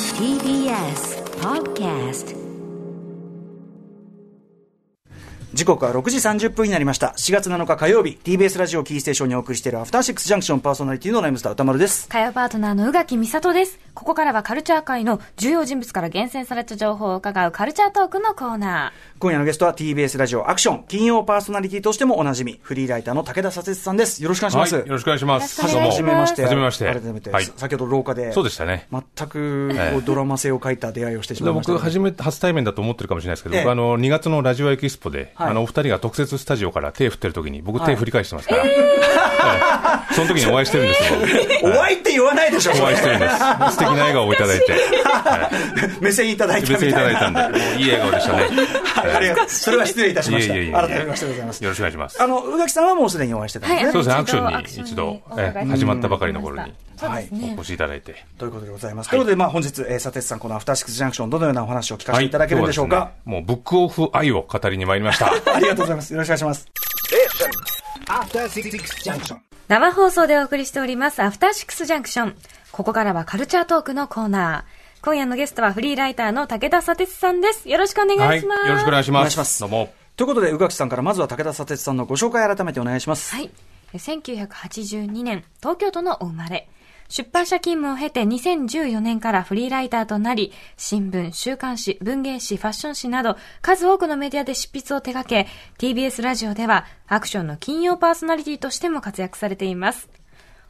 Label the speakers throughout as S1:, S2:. S1: TBS Podcast
S2: 時刻は6時30分になりました4月7日火曜日 TBS ラジオキーステーションにお送りしているアフターシックスジャンクションパーソナリティのライムスター歌丸です
S3: 火曜パートナーの宇垣美里です。ここからはカルチャー界の重要人物から厳選された情報を伺うカルチャートークのコーナ
S2: 今夜のゲストは TBS ラジオアクション金曜パーソナリティとしてもおなじみフリーライターの武田佐哲さんですよろしくお願いします、
S4: はい、よろしくお願いします。
S3: よろしくお願いし
S2: 初め
S3: ま
S2: ますして。
S4: 初めまして
S2: 改めて、
S4: はい
S2: 先ほど廊下で。
S4: そうでしたね
S2: 全く
S4: え
S2: こう
S4: え
S2: ドラマ性を書いた出会いをしてし
S4: ど
S2: ま
S4: う
S2: い
S4: も
S2: ましたけ
S4: 僕
S2: ど。
S4: 初めて初対面だと思ってるかもしれないですけど、
S2: ええ
S4: 僕あの2月のラジオエキスポで、
S2: はい
S4: あのお二人が特設スタジオから手振ってる時に僕、
S2: い
S4: 手振り返してますから、ええその時にお会いしてるんですよ、
S2: お会いって言わないでしょ、
S4: お
S2: こ
S4: 会
S2: れ
S4: いしてるんです素敵な笑顔をいただい て、
S2: 目線いただいたみ
S4: 別
S2: たい
S4: にいただいた
S2: な。
S4: んでもういい笑顔でしたね、
S2: はい、ありがとう。それは失礼いたしました。
S4: いえいえいえ
S2: 改めましてでございます
S4: よ。ろしくお願いします
S2: あの、宇垣さんはもうすでにお会いしてた
S3: ー。
S2: んですね。
S4: そうですね
S3: あの
S4: アクションに一度
S3: アクションにお伺いして
S4: ええ始まったばかりの頃に
S3: そうですね。
S4: お越しいただいて、
S2: ということでございます。ということで、まあ本日、えー、佐哲さん、このアフターシックスジャンクション、どのようなお話を聞かせていただけるんでしょうか。
S4: はい今日はですねもうブックオフ愛を語りに参りました。
S2: ありがとうございます。よろしくお願いします。
S3: 生放送でお送りしております、アフターシックスジャンクション。ここからはカルチャートークのコーナー。今夜のゲストはフリーライターの武田砂鉄さんです。よろしくお願
S4: はいい、
S3: し
S4: よ
S3: ます。
S4: ろ しくお願いし
S2: お願い
S4: ま
S2: します
S4: す。どうも。
S2: ということで、宇垣さんからまずは武田佐哲さんのご紹介改めてお願いします。
S3: はい。え1982年、東京都のお生まれ。出版社勤務を経て2014年からフリーライターとなり、新聞、週刊誌、文芸誌、ファッション誌など、数多くのメディアで執筆を手掛け、TBS ラジオではアクションの金曜パーソナリティとしても活躍されています。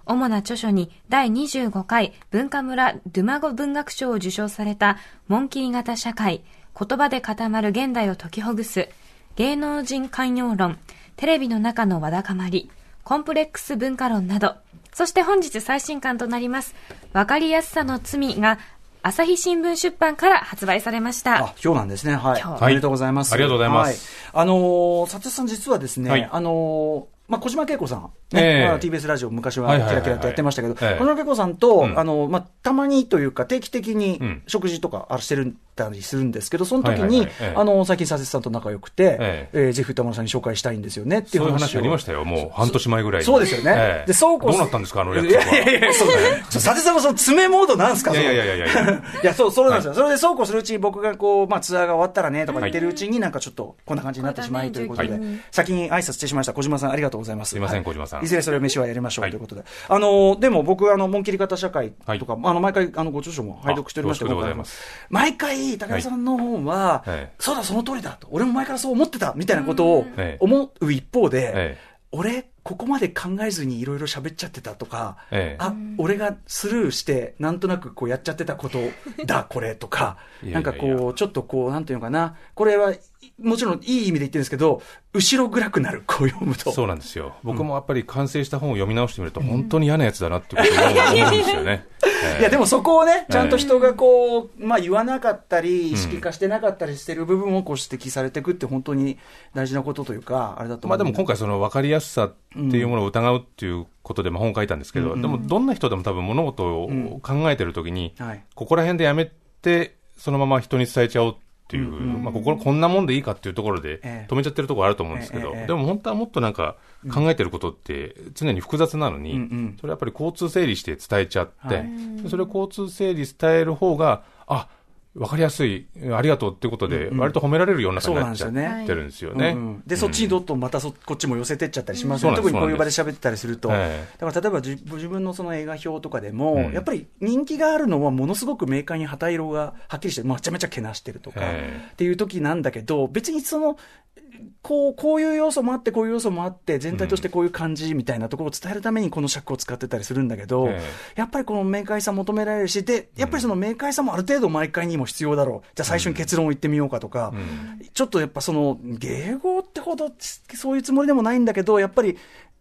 S3: 主な著書に第25回文化村ドゥマゴ文学賞を受賞されたモンキー型社会、言葉で固まる現代を解きほぐす、芸能人寛容論、テレビの中のわだかまり、コンプレックス文化論など、そして本日最新刊となります、わかりやすさの罪が朝日新聞出版から発売されました。
S2: あ、今日なんですね。はい。
S3: 今日
S2: おめでとうございます。
S4: はいありがとうございます。
S2: はい、あのー、佐藤さん実はですね、
S4: はい
S2: あのー、まあ、小島慶子さん、
S4: え
S2: ね
S4: え
S2: まあ TBS ラジオ、昔は
S4: はいはい
S2: キ
S4: は
S2: ラ
S4: いはい
S2: キラとやってましたけど、
S4: ええ
S2: 小島慶子さんと、
S4: うん
S2: あのまあ、たまにというか、定期的
S4: う
S2: に
S4: ん
S2: 食事とかあしてるたりするんですけど、その時
S4: はいはい
S2: に
S4: はいええ、
S2: あの最近、佐藤さんと仲良くて、え
S4: え
S2: ーぜひ歌丸さんに紹介したいんですよねっていう
S4: そういう
S2: 話
S4: 話
S2: を
S4: ありましたよ、もう半年前ぐらいに。
S2: そうですよね。
S4: ええ
S2: で、そうこ
S4: どうなったんですか、あの
S2: いや
S4: 約
S2: い
S4: 束は。
S2: やいや、そうだよ。ちょ佐治さんのその詰めモードなんですか
S4: いやいやいやいやいや。
S2: いや、そう、そうなんですよ。それでそうこうするうちに僕がこう、まあツアーが終わったらね、とか言ってるうちになんかちょっとこんな感じになってしまいということで
S3: はい、
S2: 先に挨拶してしまいました。小島さんありがとうございます。
S4: すいません
S2: は
S4: 小島さん
S2: いずれそれを飯はやりましょう
S4: はい
S2: ということで。あの、でも僕、あの、門切り方社会とか、
S4: は
S2: あの、毎回、あの、ご著書も拝読しておりまして、
S4: あ恐縮でござ
S2: 僕
S4: い
S2: は
S4: ます
S2: 毎回、武田さんの本は
S4: はいはい、
S2: そうだ、その通りだと。俺も前からそう思ってた、みたいなことを
S4: ええ
S2: 思う一方
S4: え
S2: で
S4: え、
S2: 俺、ここまで考えずにいろいろ喋っちゃってたとか、
S4: ええ
S2: あ、俺がスルーして、なんとなくこうやっちゃってたことだ、これとか、
S4: いやい
S2: な
S4: や
S2: ん
S4: いや
S2: かこう、ちょっとこう、なんていうのかな、これは、いもちろんいい意味で言ってるんですけど、後ろ暗くなる、こう読むと。
S4: そうなんですよ。僕もやっぱり完成した本を読み直してみると、本当に嫌なやつだなっていうことを思うんですよ ね。
S2: いやで
S4: も、
S2: もそこをね、ちゃんと人がこう、まあ言わなかったり、意識化してなかったりしてる部分をこう指摘されていくって、本当に大事なことというか、あれだと思
S4: ま
S2: う
S4: あ
S2: ん
S4: でも今回その分かりやすさっていうものを疑うっていうことでまあ本を書いたんですけど、でもどんな人でも多分物事を考えてるときに、
S2: はい
S4: ここら辺でやめて、そのまま人に伝えちゃおうっていう、まあこここんなもんでいいかっていうところで
S2: ええ
S4: 止めちゃってるところあると思うんですけど、
S2: ええええ
S4: でも本当はもっとなんか考えてることって常に複雑なのに、
S2: うんうん
S4: それやっぱり交通整理して伝えちゃって、
S2: はい
S4: でそれを交通整理伝える方が、あわかりやすい、ありがとうっていうことで、割と褒められるような感じになっちゃ
S2: そう
S4: っ
S2: なんですよね
S4: てるんですよね。
S2: うんうんで、そっちにどっとまたそこっちも寄せてっちゃったりしますよね、
S4: うん
S2: 特にこういう
S4: そう
S2: 場
S4: なん
S2: で
S4: で
S2: 喋ってたりすると、
S4: え
S2: だから例えばじ自分のその映画表とかでも、
S4: うん
S2: やっぱり人気があるのは、ものすごく明快に旗色がはっきりして、まあめちゃめちゃけなしてるとか、
S4: ええ
S2: っていう時なんだけど、別にそのこうこういう要素もあって、こういう要素もあって、全体としてこういう感じみたいなところを伝えるために、この尺を使ってたりするんだけど、
S4: ええ
S2: やっぱりこの明快さ求められるし、でやっぱりその明快さもある程度、毎回にも必要だろう、じゃあ最初に結論を言ってみようかとか、ちょっとやっぱその、迎合ってほどそういうつもりでもないんだけど、やっぱり、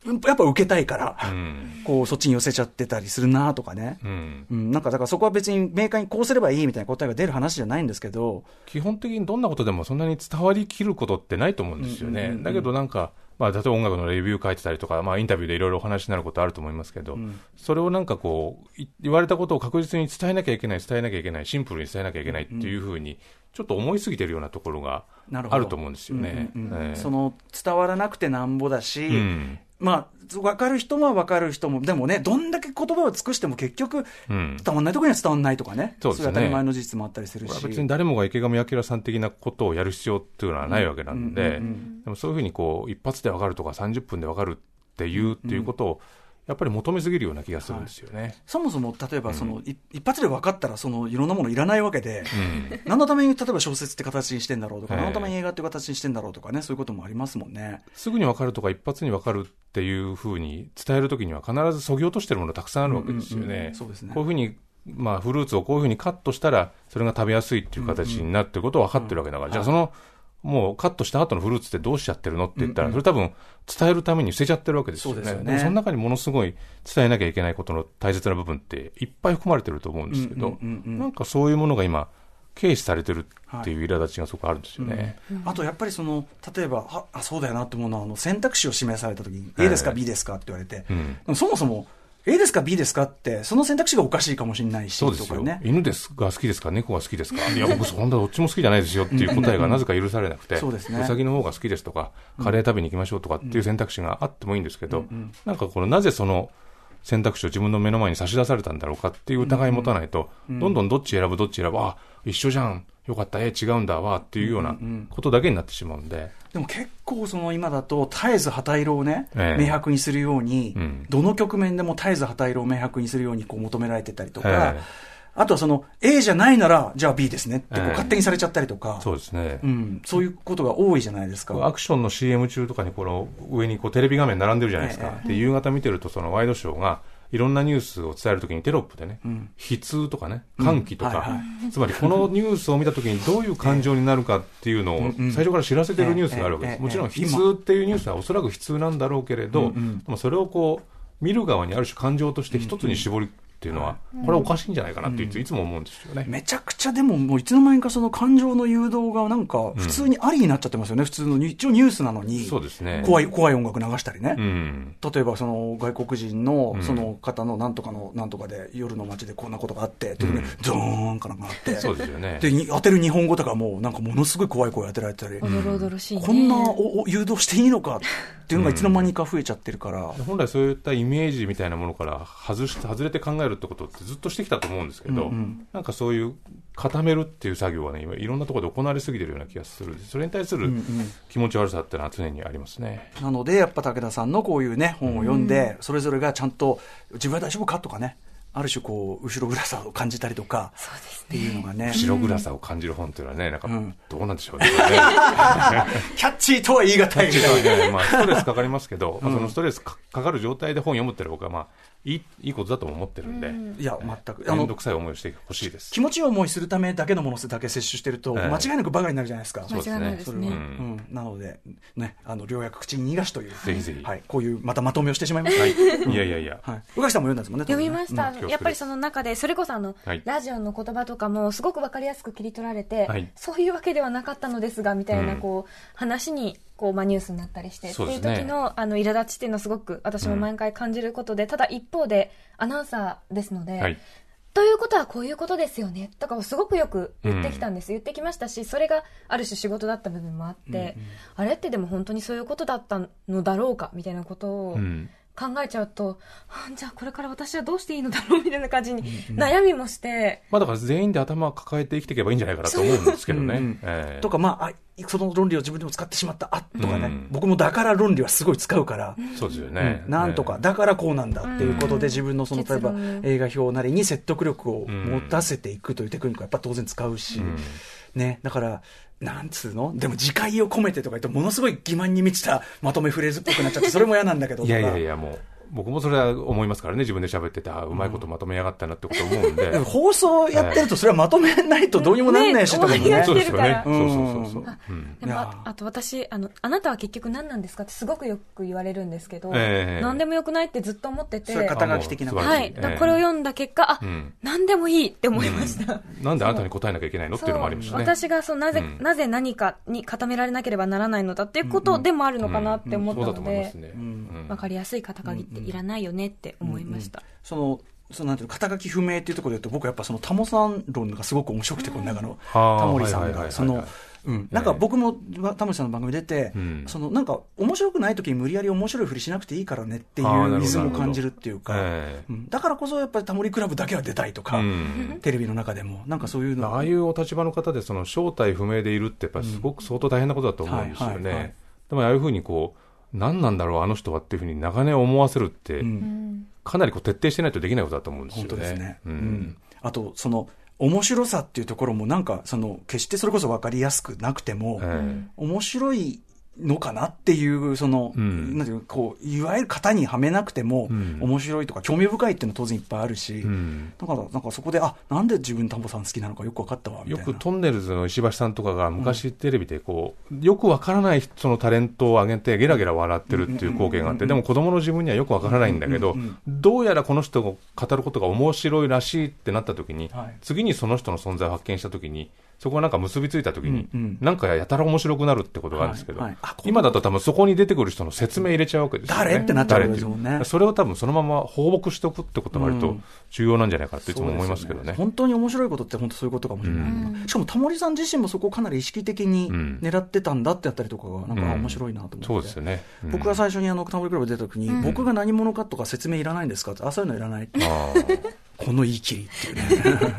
S2: うんやっぱ受けたいから、
S4: うん
S2: こうそっちに寄せちゃってたりするなとかね。
S4: うん
S2: うん、なんかだからそこは別に明快にこうすればいいみたいな答えが出る話じゃないんですけど、
S4: 基本的にどんなことでもそんなに伝わりきることってないと思うんですよね。
S2: うんうんうんうん
S4: だけどなんか、まあ、例えば音楽のレビュー書いてたりとか、まあ、インタビューでいろいろお話になることあると思いますけど、それをなんかこう、い言われたことを確実に伝えなきゃいけない、伝えなきゃいけない、シンプルに伝えなきゃいけないっていうふうに、ちょっと思いすぎてるようなところが
S2: なるほど
S4: あると思うんですよね。
S2: うんうんうん
S4: ええ
S2: その伝わらなくてなんぼだし、
S4: うん
S2: まあ、わかる人はわかる人も、でもね、どんだけ言葉を尽くしても結局、
S4: うん
S2: 伝わんないところには伝わんないとかね。
S4: そうです
S2: れは
S4: ね
S2: 当たり前の事実もあったりする
S4: これは
S2: し。
S4: 別に誰もが池上彰さん的なことをやる必要っていうのはないわけなんで、
S2: うんうんうんう
S4: でもそういうふうにこう一発でわかるとか30分でわかるっていうっていうことをやっぱり求めすぎるような気がするんですよね。
S2: そもそも、例えば、その、い一発で分かったら、その、いろんなものいらないわけで、
S4: うん
S2: 何のために、例えば小説って形にしてんだろうとか、
S4: ええ
S2: 何のために映画って形にしてんだろうとかね、そういうこともありますもんね。
S4: すぐにわかるとか一発にわかるっていうふうに伝えるときには必ずそぎ落としてるものたくさんあるわけです
S2: う
S4: よ
S2: んうんう
S4: ね
S2: ん。そうですね
S4: こういうふうにまあ、フルーツをこういうふうにカットしたら、それが食べやすいっていう形になってることを分かってるわけだから、じゃあその、もうカットした後のフルーツってどうしちゃってるのって言ったら、それ多分伝えるために捨てちゃってるわけですよ
S2: そ
S4: ね。
S2: うですよね
S4: もその中にものすごい伝えなきゃいけないことの大切な部分っていっぱい含まれてると思うんですけど、
S2: うんうんうんうん
S4: なんかそういうものが今、軽視されてるっていう苛立ちがすごくあるんですよね。
S2: あとやっぱりその例えばああそうだよなと思うのはあの選択肢を示された時に A ですか
S4: ええ
S2: B ですかって言われて、
S4: うん
S2: でもそもそも A ですか B ですかってその選択肢がおかしいかもしれないし
S4: そうです
S2: とか
S4: よ、
S2: ね
S4: 犬ですが好きですか猫が好きです かいや僕そんなどっちも好きじゃないですよっていう答えがなぜか許されなくて
S2: そうですね
S4: うさぎの方が好きですとかカレー食べに行きましょうとかっていう選択肢があってもいいんですけど、なんかこのなぜその選択肢を自分の目の前に差し出されたんだろうかっていう疑い持たないと、どんどんどっち選ぶどっち選ぶあ一緒じゃんよかったえ違うんだわっていうようなことだけになってしまうんで、
S2: でも結構その今だと絶えず旗色をね、
S4: ええ
S2: 明白にするように、
S4: うん
S2: どの局面でも絶えず旗色を明白にするようにこう求められてたりとか、
S4: ええ
S2: あとはその A じゃないならじゃあ B ですねってこう
S4: ええ
S2: 勝手にされちゃったりとか、
S4: そうですね、
S2: うん、そういうことが多いじゃないですか。
S4: アクションの CM 中とかにこの上にこうテレビ画面並んでるじゃないですか、
S2: え
S4: で夕方見てるとそのワイドショーがいろんなニュースを伝えるときにテロップでね、悲痛とかね歓喜とか、
S2: うんはいは
S4: つまりこのニュースを見たときにどういう感情になるかっていうのを
S2: うんうん
S4: 最初から知らせてるニュースがあるわけで
S2: え
S4: す、
S2: え
S4: もちろん
S2: え
S4: 悲
S2: え
S4: 痛っていうニュースはおそらく悲痛なんだろうけれど、でもそれをこう見る側にある種感情として一つに絞るっていうのは、これはおかしいんじゃないかなっていついつも思うんですよね。
S2: めちゃくちゃでも、もういつの間にかその感情の誘導がなんか、普通にありになっちゃってますよね、普通のに、一応ニュースなのに、
S4: そうですね
S2: 怖い怖い音楽流したりね。
S4: うん
S2: 例えばその外国人のその方のなんとかのなんとかで夜の街でこんなことがあって、ということでゾーンかなんかあって
S4: そうですよね
S2: でに当てる日本語とかもうなんかものすごい怖い声当てられてたり、
S3: おどろおどろしいね。
S2: こんなおお誘導していいのかっていうのがいつの間にか増えちゃってるから、
S4: 本来そういったイメージみたいなものから外し外れて考えるってことってずっとしてきたと思うんですけど、
S2: うんうん
S4: なんかそういう固めるっていう作業はね今いろんなところで行われすぎてるような気がするんでそれに対する
S2: んうん
S4: 気持ち悪さってのは常にありますね。
S2: なので、やっぱ武田さんのこういうね、本を読んで、それぞれがちゃんと、自分は大丈夫かとかね、ある種こう、後ろ暗さを感じたりとか、っていうのがね、
S4: 白暗さを感じる本っていうのはね、なんか
S2: ん
S4: どうなんでしょうね。
S2: キャッチーとは言い難いみたいな。
S4: ねまあ、ストレスかかりますけど、まあそのストレスかかかる状態で本読むってのは僕はまあいいいいことだと思ってるんで、
S2: いや、全く。あ
S4: 面倒
S2: の
S4: くさい思いをしてほしいです。
S2: 気持ちいい思いするためだけのものだけ摂取してると、
S4: ええ
S2: 間違いなくバカになるじゃないですか。
S4: そうですね
S3: 間違いないですね。
S4: それ
S2: う
S4: は
S2: ん、なので、ね、あの、良薬口に逃がしという。
S4: ぜひぜひ
S2: はい。こういう、またまとめをしてしまいました。は
S4: は、
S2: いい。
S4: いやいやいや、
S2: 宇垣さんも読んだんですもんね。
S3: 読みまし
S2: 当然
S3: た
S2: ね。
S4: 恐縮です
S3: やっぱりその中で、それこそあの、
S4: はい
S3: ラジオの言葉とかもすごくわかりやすく切り取られて、
S4: はい
S3: そういうわけではなかったのですが、みたいな、
S4: うん
S3: こう、話に、こう、まあ、ニュースになったりして、
S4: そうです
S3: っていう
S4: ね
S3: 時の、あの、苛立ちっていうのはすごく、私も毎回感じることで、ただ一方で、アナウンサーですので、
S4: はい
S3: ということはこういうことですよねとかをすごくよく言ってきたんです、言ってきましたしそれがある種仕事だった部分もあって、あれってでも本当にそういうことだったのだろうかみたいなことを
S4: うん
S3: 考えちゃうと、はあじゃあこれから私はどうしていいのだろうみたいな感じに悩みもして、
S4: まあだから全員で頭を抱えて生きていけばいいんじゃないかなと思うんですけどね。
S2: うんうん
S4: ええ
S2: とか、まあ、あその論理を自分でも使ってしまった、あとかね、
S4: うん
S2: 僕もだから論理はすごい使うから、
S4: そうですよね。
S2: なんとか、
S4: ね
S2: だからこうなんだっていうことで、
S3: うん
S2: 自分のその例えば
S3: 結論を
S2: 映画表なりに説得力を
S4: うん
S2: 持たせていくというテクニックはやっぱ当然使うし、
S4: うん
S2: ね、だから、なんつうの、でも自戒を込めてとか言って、ものすごい欺瞞に満ちたまとめフレーズっぽくなっちゃって、それも嫌なんだけどと
S4: い
S2: か。
S4: やいやいや、もう、僕もそれは思いますからね、自分で喋ってて、ああうまいことまとめやがったなってこと思うんで。
S2: でも放送やってると、それはまとめないとどうにもなんないし、とかも
S3: ね終わ
S2: ね
S3: り。
S4: そうですよね。
S3: う
S4: そうんそうそうそう。うん
S3: でも
S2: いや
S3: ああと私あの、あなたは結局何なんですかってすごくよく言われるんですけど、
S4: ええ
S3: 何でもよくないってずっと思ってて、
S2: それ肩書き的な
S4: あもう素晴
S3: は
S4: らし
S3: い、
S4: い
S3: だから
S4: ええ
S3: これを読んだ結果、あ、
S4: うん
S3: 何でもいいって思いました。
S4: なんであなたに答えなきゃいけないのっていうのもありまし
S3: そ
S4: た
S3: う
S4: ね。
S3: 私がそうなぜ、
S4: うん
S3: なぜ何かに固められなければならないのだっていうことでもあるのかなって思った
S4: うんそうだと
S3: の
S4: 思います
S3: で
S4: ね。
S2: ん
S4: うん
S3: わかりやすい肩書きっていらないよねって思いました、
S2: そのそのなんていうの肩書き不明っていうところで言うと僕はやっぱそのタモさん論がすごく面白くてこの中のタ
S4: あー
S2: モリさ
S4: は
S2: ん
S4: いはいはいは
S2: が
S4: い
S2: そのうんなんか僕もまタモリさんの番組出て
S4: うん
S2: そのなんか面白くない時に無理やり面白いふりしなくていいからねってい
S4: あーなるほ
S2: う
S4: ど
S2: 水も感じるっていうか
S4: ええ
S2: うんだからこそやっぱりタモリクラブだけは出たいと
S4: う
S2: か
S4: ん
S2: テレビの中でもなんかそういうの
S4: ああいうお立場の方でその正体不明でいるってやっぱりすごく相当大変なことだと思うんですよね、
S2: うんはいはいはい
S4: でもああいうふうにこう何なんだろうあの人はっていうふうに長年思わせるって、
S2: うん
S4: かなりこう徹底してないとできないことだと思うんですよ
S2: 本
S4: ね
S2: 当ですね。
S4: う
S2: うんんあとその面白さっていうところもなんかその決してそれこそ分かりやすくなくても、
S4: え
S2: 面白いのかなっていうその、
S4: うん
S2: なんていうかこういわゆる型にはめなくても、
S4: うん
S2: 面白いとか興味深いっていうの当然いっぱいあるし、
S4: えうん
S2: だからなんかそこであなんで自分田んぼさん好きなのかよく分かったわみ
S4: よ
S2: たいな。
S4: くトンネルズの石橋さんとかが昔テレビでこうよくわからない人のタレントを上げてゲラゲラ笑ってるっていう光景があってでも子供の自分にはよくわからないんだけど
S2: うんうんうん
S4: どうやらこの人を語ることが面白いらしいってなった時に
S2: はい
S4: 次にその人の存在を発見した時にそこがなんか結びついた時に
S2: うんうん
S4: なんかやたら面白くなるってことがあるんですけど
S2: はいはいあこの
S4: 今だと多分そこに出てくる人の説明入れちゃうわけですよね
S2: 誰ってなっちゃうわけですもんね
S4: 誰っていうそれを多分そのまま放牧しておくってことが割と重要なんじゃないかっていつも思いますけどね。
S2: 本当に面白いことって本当そういうことかもしれない、しかもタモリさん自身もそこをかなり意識的に
S4: うん
S2: 狙ってたんだってあったりとかがなんか面白いなと思って、
S4: そうですよね、うん
S2: 僕が最初にあのタモリクラブ出た時に、僕が何者かとか説明いらないんですかって、あ、そういうのいらないって、
S4: あー
S2: この言い切りっていう ね。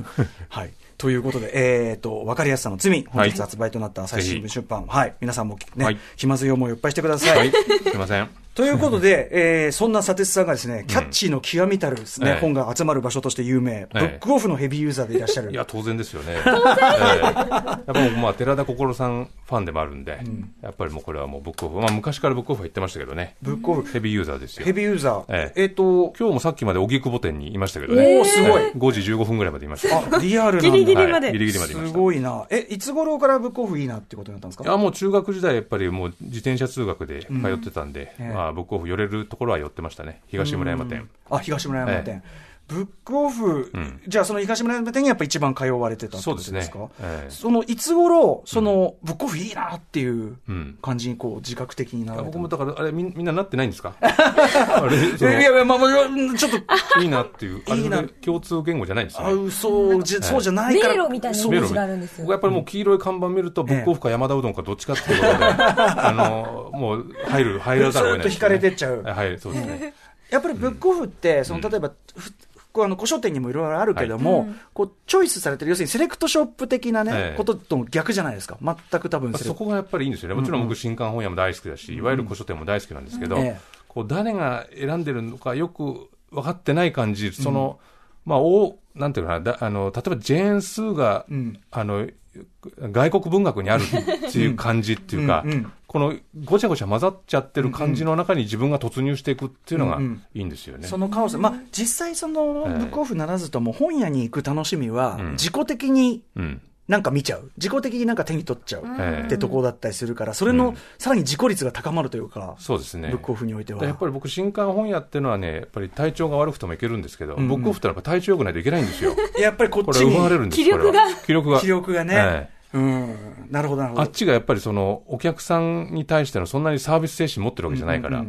S2: はい。ということで、えっ、と、わかりやすさの罪、本日発売となった朝日新聞出版、はい、皆さんもね、
S4: はい
S2: 気まずい思いをいっぱいしてください。
S4: はい、すいませ ん。
S2: ということで、えーそんな砂鉄さんがですね、キャッチーの極みたるですね、
S4: ええ
S2: 本が集まる場所として有名、ブックオフのヘビーユーザーでいらっしゃる。
S4: いや、当然ですよね。ええやっぱ僕、まあ、寺田心さんファンでもあるんで、やっぱりもうこれはもうブックオフ、まあ、昔からブックオフは行ってましたけどね、
S2: ブックオフ、
S4: ヘビーユーザーですよ
S2: ヘ。ビーユーザー。
S4: え
S2: えっ、と、
S4: 今日もさっきまで荻窪店にいましたけどね、
S2: おーすごい
S4: ええ5時15分ぐらいまでいました。
S2: あ、リアルなんだ。
S3: ギリギリまで
S4: はいギリギリまでいますした。
S2: ごいな。え、いつ頃からブックオフいいなってことになったんです
S4: い
S2: か
S4: やもう中学時代、やっぱりもう自転車通学で通ってたんで、
S2: うんええ
S4: まあ、ブックオフ寄れるところは寄ってましたね、東村山店。
S2: あ東村山店、
S4: え
S2: ブックオフ、
S4: ん
S2: じゃあその東村山店にやっぱ一番通われてたってことですか
S4: そうですねええ
S2: そのいつ頃その、ブックオフいいなっていう
S4: うん
S2: 感じにこう自覚的になられ
S4: 僕
S2: た
S4: も
S2: の、
S4: だから、あれみん、みんななってないん ですかあれその
S2: えいやいや、まあ、まあうんちょっと、
S4: いいなっていう、あれ
S2: いいな
S4: 共通言語じゃないんです
S2: あ
S4: ね。
S2: うそうじゃ、そうじゃないから、
S5: 迷路みたいなイ
S2: そう
S5: メー
S4: 迷路
S5: ジがあるんですよ
S4: 僕やっぱりもう黄色い看板見ると、ブックオフか山田うどんかどっちかってい うことで、あの、もう入る、入らざるを得ない、
S2: ずっと惹かれてっちゃう
S4: はいはい、そうですね。
S2: やっぱりブックオフって、その例えば、ふこうあの古書店にもいろいろあるけども、こうチョイスされてる、要するにセレクトショップ的なね、
S4: ええ
S2: ことと逆じゃないですか、全く多分
S4: まあ
S2: セレ
S4: そ
S2: クト
S4: こがやっぱりいいんですよね。もちろん僕、新刊本屋も大好きだし、いわゆる古書店も大好きなんですけど
S2: うんええ、
S4: こう、誰が選んでるのかよく分かってない感じ、その、まあ、お、なんていうのかな、だあの、例えばジェーン・スーが
S2: うん、
S4: あの、外国文学にあるっていう感じっていうか
S2: うんうん、
S4: このごちゃごちゃ混ざっちゃってる感じの中に自分が突入していくっていうのが
S2: うんう
S4: い
S2: ん
S4: いんですよね。
S2: そのカオス、まあ、実際、その
S4: ええ
S2: ブックオフならずとも、本屋に行く楽しみは
S4: うん、
S2: 自己的に
S4: うん。
S2: なんか見ちゃう、自己的になんか手に取っちゃう
S4: ええ
S2: ってとこだったりするから、それ
S4: う
S2: の
S4: ん
S2: さらに自己率が高まるというか、
S4: そうですね。
S2: ブックオフにおいては。
S4: やっぱり僕、新刊本屋っていうのはね、やっぱり体調が悪くてもいけるんですけど、
S2: ん
S4: ブックオフってのはやっぱ体調良くないといけないんですよ。
S2: やっぱりこ
S4: こ
S2: っち
S4: れ、奪われ
S2: に
S4: るんです気力が。気力が。
S2: 気力が
S4: え
S2: ね
S4: え、
S2: うん、なるほど、なる
S4: あ
S2: ほ
S4: っ
S2: ど。
S4: ちがやっぱりそのお客さんに対してのそんなにサービス精神持ってるわけじゃないから、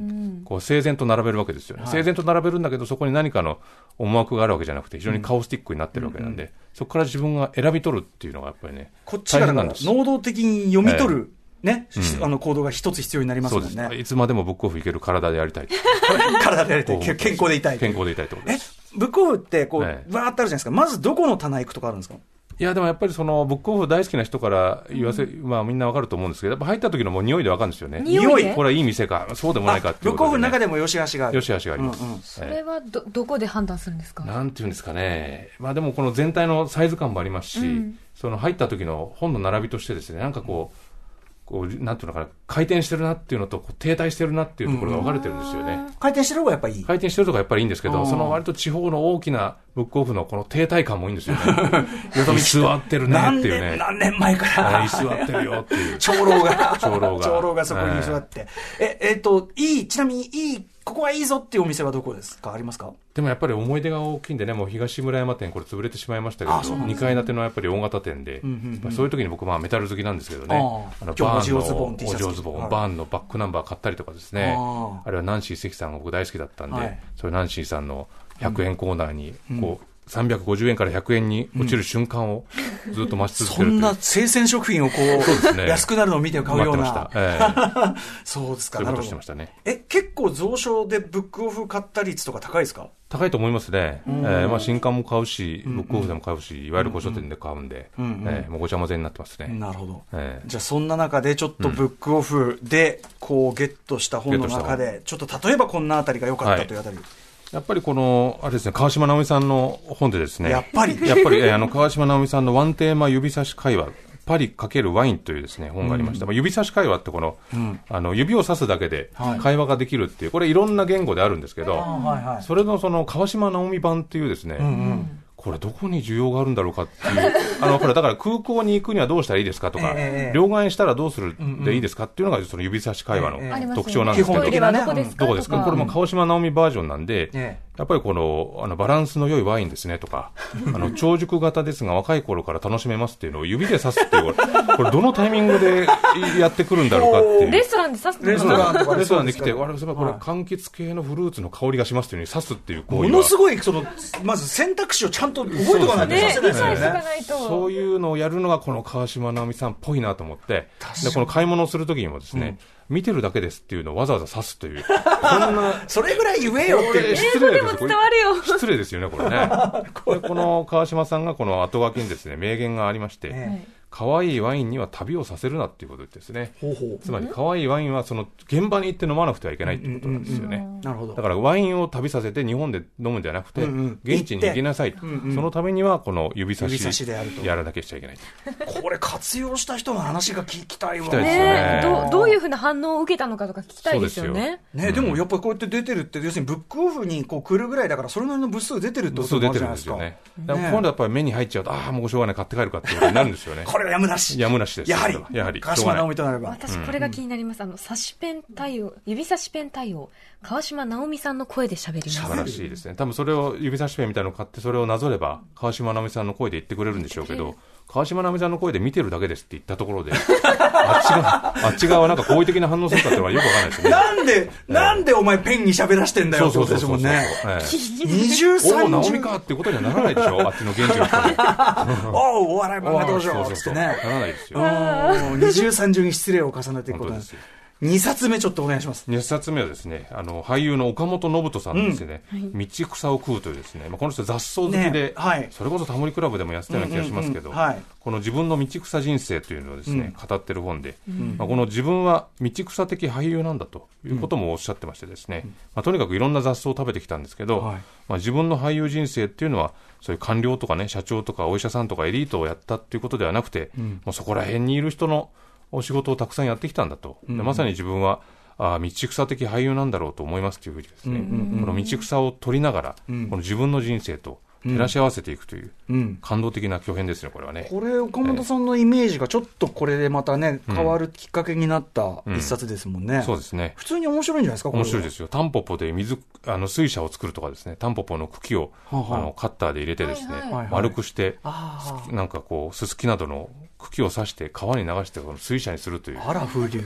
S4: こう整然と並べるわけですよね、整然と並べるんだけど、そこに何かの思惑があるわけじゃなくて、非常にカオスティックになってるわけなんで、そこから自分が選び取るっていうのがやっぱりね、
S2: こっちがだ
S4: 大
S2: か
S4: 変な
S2: ら
S4: んです
S2: 能動的に読み取る、ね、
S4: ん
S2: しあの行動が一つ必要になります
S4: そう
S2: も
S4: で
S2: ん
S4: す
S2: ね。
S4: いつまでもブックオフ行ける体でやりたい、
S2: 体でやれて、
S4: こう
S2: 健康でいたい。
S4: 健康でいたいってことで
S2: え
S4: す。、
S2: ブックオフって、こう、わー
S4: え
S2: っ
S4: え
S2: てあるじゃないですか。まずどこの棚行くとかあるんですか
S4: いや、でもやっぱりその、ブックオフ大好きな人から言わせ、まあみんなわかると思うんですけど、やっぱ入った時のもう匂いでわかるんですよね。
S2: 匂いで
S4: これはいい店か、そうでもないかってい
S2: ブ
S4: う
S2: ック
S4: こ
S2: オ
S4: と
S2: フ
S4: で、
S2: の
S4: ね。
S2: 中でも良し悪しがある。
S4: よしあしがあります。
S2: うんうん
S5: それはどどこで判断するんですか
S4: なんていうんですかね。まあでもこの全体のサイズ感もありますし、その入った時の本の並びとしてですね、なんかこう、こう、なんていうのかな、回転してるなっていうのと、こう停滞してるなっていうところが分かれてるんですよね。
S2: 回転してる方がやっぱいい。
S4: 回転してるとかやっぱりいいんですけ
S2: う
S4: ど、
S2: ん
S4: その割と地方の大きなブックオフのこの停滞感もいいんですよね。 居座ってるねっていうね。
S2: 何年、何年前か
S4: あ
S2: ら。
S4: 居座ってるよっていう。
S2: 長老が。
S4: 長老が
S2: そこに座って。え、えっ、と、いい、ちなみにいい、ここはいいぞっていうお店はどこですかありますか
S4: でもやっぱり思い出が大きいんでね、もう東村山店、これ潰れてしまいましたけど、
S2: あそうなんで
S4: 2階建てのやっぱり大型店で、まあそういう時に僕、まあメタル好きなんですけどね、
S2: ああ
S4: あの
S2: 今日
S4: バーン
S2: お嬢
S4: の
S2: ズボン
S4: お
S2: T シャツ
S4: 嬢ズボ
S2: はい
S4: ン、バーンのバックナンバー買ったりとかですね、
S2: あ
S4: あるいはナンシー関さんが僕大好きだったん
S2: は
S4: で
S2: い、
S4: それナンシーさんの100円コーナーにこう、350円から100円に落ちる瞬間をずっと待ち続け
S2: そ
S4: るとい
S2: ん
S4: う
S2: な生鮮食品をこ
S4: です
S2: う、
S4: ね
S2: 安くなるのを見て買うよう
S4: 待っ
S2: な
S4: て。ました。ええ
S2: そうですか、
S4: そういう
S2: な
S4: こ
S2: るほ
S4: として
S2: ど
S4: まし。たね。
S2: え、結構蔵書でブックオフ買った率とか高いですか
S4: 高いと思いますね。えーまあ新刊も買うし、ブックオフでも買うし、いわゆる古書店で買うんで、え
S2: んうん
S4: ーもうごちゃ混ぜになってますね。
S2: なるほど。
S4: ええ
S2: じゃあそんな中でちょっとブックオフでこうゲットした本の中
S4: ゲ
S2: で、ちょっと例えばこんなあたりが良かっ
S4: は
S2: た
S4: い
S2: というあたり。
S4: やっぱりこの、あれですね、川島直美さんの本でですね、
S2: やっぱり
S4: やっぱり、えーあの、川島直美さんのワンテーマ指差し会話、パリ×ワインというですね、本がありました。まあ、指差し会話ってこの、あの、指を差すだけで
S2: はい
S4: 会話ができるっていう、これいろんな言語であるんですけ
S2: あ
S4: ど、
S2: はいはい。
S4: それのその川島直美版っていうですね、これどこに需要があるんだろうかっていう、 あの、ほら、だから空港に行くにはどうしたらいいですかとか
S2: ええ、
S4: 両替したらどうするでいいですかっていうのが、その指差し会話
S2: えええ
S4: の
S2: え
S4: 特徴なん
S2: 基
S4: ですけ
S2: 本的
S4: ど
S5: トイ、レはどこですか
S4: どこです
S5: と
S4: か、これも川島直美バージョンなんで、
S2: え
S4: やっぱりこのあのバランスの良いワインですねとか、あの長熟型ですが、若い頃から楽しめますっていうのを指で指すっていう、 これ、どのタイミングでやってくるんだろうかっていう。
S5: レストランで刺すの
S2: レ
S5: か
S2: スト
S5: な
S2: ランとか
S4: レストランで来て、
S2: そう
S4: 我
S2: です
S4: 々
S2: か
S4: はこれ、
S2: はい
S4: 柑橘系のフルーツの香りがしますというふうに刺すっていう行
S2: も
S4: 為
S2: のす
S4: は、
S2: ごい、その、まず選択肢をちゃんと覚えとかないと
S5: ね
S2: させな
S5: 理
S2: いですよ
S5: 解しとか
S2: ね。
S5: ない
S4: そ
S5: と
S4: ういうのをやるのが、この川島直美さんっぽいなと思って、でこの買い物をするときにもですね、見てるだけですっていうのをわざわざ刺すという、こんな
S2: それぐらい言えよっていう。
S4: 失礼ですこれ
S5: 伝わるよ
S4: 失礼ですよね、こ れね。でこの川島さんがこの後書きにですね、名言がありまして、
S2: え
S4: 可愛いワインには旅をさせるなっていうことですね。
S2: ほうほ
S4: つまり可愛いワインはその現場に行って飲まなくてはいけないってことなんですよね。
S2: う。なるほど。
S4: だからワインを旅させて日本で飲むんじゃなくて、
S2: うんうん
S4: 現地に行きなさい、
S2: んうん
S4: そのためにはこの指差し
S2: 指差しでやると
S4: やらなきゃしちゃいけない
S2: これ活用した人の話が聞きたいわ。
S4: きたいですよ
S5: ね
S4: ね
S5: どうどういうふうな反応を受けたのかとか聞きたいですよ
S4: そうです
S5: ね
S4: よ
S2: ね、でもやっぱりこうやって出てるって、要するにブックオフにこう来るぐらいだから、それなりの部数出てるって
S4: 度
S2: こと
S4: 数
S2: にな
S4: 出
S2: る
S4: て
S2: じゃ
S4: る
S2: なんい
S4: で
S2: です
S4: す
S2: か。
S4: よねだか
S2: ね
S4: ら今度はやっぱり目に入っちゃうとああもうしょうがない買って帰るかっていうことになるんですよね
S2: これはやむなし。
S4: やむなしです
S2: やはり、
S4: やはり
S2: 川
S4: しょう
S2: 島
S4: がない
S2: 直美となれば。
S5: 私これが気になりますあの差しペン対応指差しペン対応川島直美さんの声で喋ります
S4: 素晴らしいですね。多分それを指差しペンみたいなのを買って、それをなぞれば、川島直美さんの声で言ってくれるんでしょうけど、川島直美さんの声で見てるだけですって言ったところで、あっ ち側、あっち側はなんか好意的な反応するかっていうのはよくわかんないですよね。
S2: なんで、なんでお前ペンに喋らしてんだよってことですもんね。
S4: え
S2: 20、
S4: えおお、直美
S2: 30
S4: かっていうことにはならないでしょ、あっちの現地の人に。
S2: おうお笑い漫画道
S4: そう
S2: 場
S4: そう
S2: つっ
S4: そ
S2: て
S4: うな
S2: ね。
S4: らないです
S2: う
S4: よ。
S2: ん20、30に失礼を重ねていくことなんです
S4: 本。
S2: 2冊目ちょっとお願いします。
S4: 2冊目はですね、あの、俳優の岡本信人さんのですね、道草を食うというですね、まあ、この人雑草好きで、
S2: ねはい
S4: それこそタモリクラブでもやってたような気がしますけど、
S2: うんうんうんはい
S4: この自分の道草人生というのをですね、語ってる本で、まあ、この自分は道草的俳優なんだということもおっしゃってましてですね、まあ、とにかくいろんな雑草を食べてきたんですけど、
S2: はい
S4: まあ、自分の俳優人生っていうのは、そういう官僚とかね、社長とかお医者さんとかエリートをやったっていうことではなくて、もうそこら辺にいる人のお仕事をたくさんやってきたんだと。でまさに自分は、ああ道草的俳優なんだろうと思いますというふうにですね、この道草を取りながら、この自分の人生と照らし合わせていくという、
S2: うん
S4: 感動的な巨編ですね、これはね。
S2: これ、岡本さんのイメージがちょっとこれでまたね、変わるきっかけになった一冊ですもんね。
S4: そうですね。
S2: 普通に面白いんじゃないですか、これ
S4: 面
S2: は
S4: 白いですよ。タンポポで水、あの、水車を作るとかですね、タンポポの茎を、
S2: はあはあ
S4: あの、カッターで入れてですね、
S5: はい
S2: はい
S4: 丸くして、
S2: あ
S4: なんかこう、すすきなどの茎を刺して川に流して、この水車にするという
S2: あ。、あら、風流。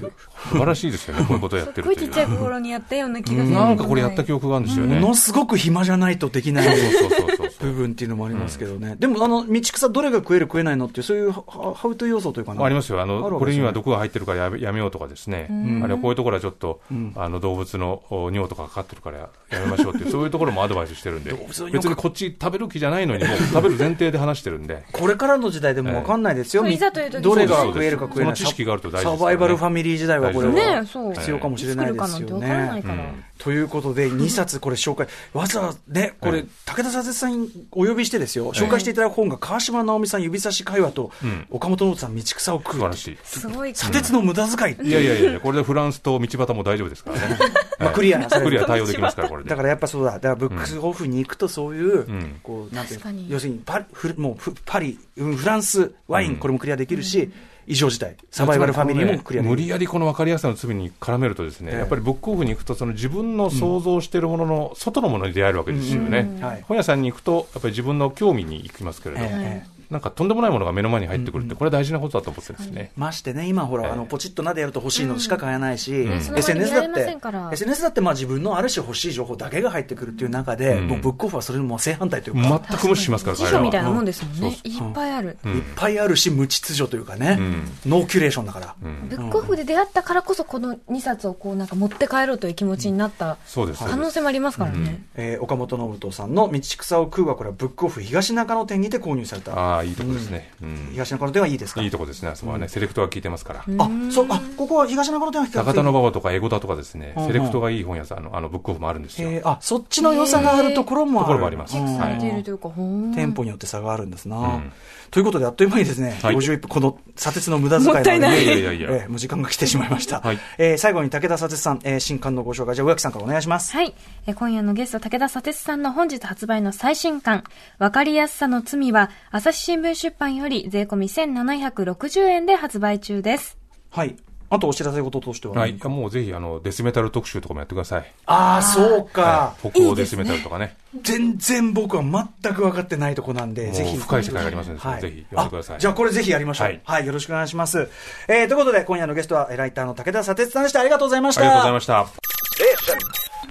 S4: 素晴らしいですよね、こういうことをやっ
S5: す
S4: て
S5: っ
S4: る
S5: ごい
S4: と
S5: ち
S4: い。
S5: っちゃいう頃にやったような気がする
S4: なんかこれやった記憶があるんですよ
S2: も
S4: ね。
S2: のすごく暇じゃないとできない
S4: そうそうそうそう
S2: 部分っていうのもありますけどね、でもあの道草どれが食える食えないのっていうそういうハハウトゥー要素というかな
S4: ありますよあの
S2: あるわ
S4: こ
S2: け
S4: れ
S2: ですよ
S4: に
S2: ね
S4: は毒が入ってるからやめやめようとかですね、あるいはこういうところはちょっと、あの動物のお尿とかかかってるからやめましょうっていう、そういうところもアドバイスしてるん で、
S2: 物の尿
S4: 別にこっち食べる気じゃないのに、もう食べる前提で話してるんで、
S2: これからの時代でも分かんないですよ、
S5: ええ
S2: み
S5: いざという時に
S2: どれが食えるか食えない
S4: その知識があると大事ですよね
S2: サバイバルファミリー時代はこれは、
S5: ねえ
S4: 大事です
S5: そう
S2: 必要かもしれ
S5: 作
S2: ない
S5: る
S2: で
S5: かな
S2: す
S5: んて
S2: よ
S5: わからな
S2: ね
S5: い。から、
S2: ということで、2冊これ紹介、わざわざね、これ、
S4: ええ
S2: 武田佐哲さんにお呼びしてですよ、紹介していただく本が、川島直美さん指差し会話と、岡本信人さん道草を食
S4: 素
S2: う
S4: 晴。らしい。
S5: すごい
S2: 砂鉄の無駄遣いっていう
S4: いやいやいや、これでフランスと道端も大丈夫で すからね。
S2: まあクリアなされる
S4: クリア対応できますから、これで。
S2: だからやっぱそうだ、だからブックスオフに行くとそういう、
S4: ん
S2: こうなんていう
S5: 確かに
S2: 要するにパリ、フルもうフパリ、うんフランス、ワイン、これもクリアできるし、異常事態、サバイバルファミリーもクリアで
S4: 無
S2: きる。
S4: 理やりこの分かりやすさの罪に絡めるとですね、
S2: ええ
S4: やっぱりブックオフに行くとその自分の想像しているものの外のものに出会えるわけですよね、
S2: うんはい
S4: 本屋さんに行くとやっぱり自分の興味に行きますけれど、
S2: ええ
S4: なんかとんでもないものが目の前に入ってくるって、これは大事なことだと思ってるんですね。
S2: ましてね、今ほら、あの、ポチッとなでやると欲しいのしか買えないし、
S4: ん
S5: うん
S2: SNS だ
S5: その場に見られ
S2: っ
S5: ませ
S2: て
S5: んから、
S2: SNS だってまあ自分のある種欲しい情報だけが入ってくるっていう中で、
S4: うん
S2: もうブックオフはそれのもう正反対というか、
S4: 全く無視しますから、
S5: 辞
S4: 彼
S5: 書
S4: ら
S5: みたい
S4: は。
S5: なもんですもん
S4: そう
S5: ね。いっぱいある。
S2: いっぱいあるし、無秩序というかね、
S4: う
S2: ノーキュレーションだから。
S4: うん
S5: ブックオフで出会ったからこそ、この2冊をこうなんか持って帰ろうという気持ちになった
S4: そうです。
S5: 可能性もありますからね。
S2: えー岡本信人さんの「道草を食う」はこれはブックオフ東中野店にて購入された
S4: ああ、いいとこですね。うん
S2: 東中野店はいいですか
S4: いいとこですね。あそこはね、セレクトが効いてますから。
S2: あそうあここは東中野店は比較的
S4: 高田馬場とかエゴダとかですね、
S2: うんうん
S4: セレクトがいい本屋さん、あの、あのブックオフもあるんですよ。
S2: えーあそっちの良さがあるところもある
S4: ところもあります
S2: うん
S4: はい
S5: 似ているというか、ほん
S2: 店舗によって差があるんですな、
S4: うん
S2: ということであっという間にですね、
S4: はい
S2: 51分この砂鉄の無駄遣い
S5: もったいない
S4: いやいやいやいや
S2: えーもう時間が来てしまいました、
S4: はい
S2: えー最後に武田砂鉄さん、えー新刊のご紹介じゃあ植木さんからお願いします
S3: はい。えー今夜のゲスト、武田砂鉄さんの本日発売の最新刊、わかりやすさの罪は、朝日新聞出版より税込み1760円で発売中です。
S2: はいあとお知らせ事としては、
S4: はい、いやもうぜひあのデスメタル特集とかもやってください。
S2: ああそうか、
S4: はい、北欧デスメタルとかね、
S2: 全然僕は全く分かってないとこなんでぜ
S4: も
S2: ひ
S4: う深い世界がありますので、
S2: はい
S4: ぜひ読んでくださ
S2: あ
S4: い。
S2: じゃあこれぜひやりましょう。は
S4: はいい、
S2: よろしくお願いします。えーということで、今夜のゲストは、えーライターの武田砂鉄さんでした。ありがとうございまし
S4: あ
S2: た。
S4: りがとうございました。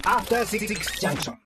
S6: After Six Junction.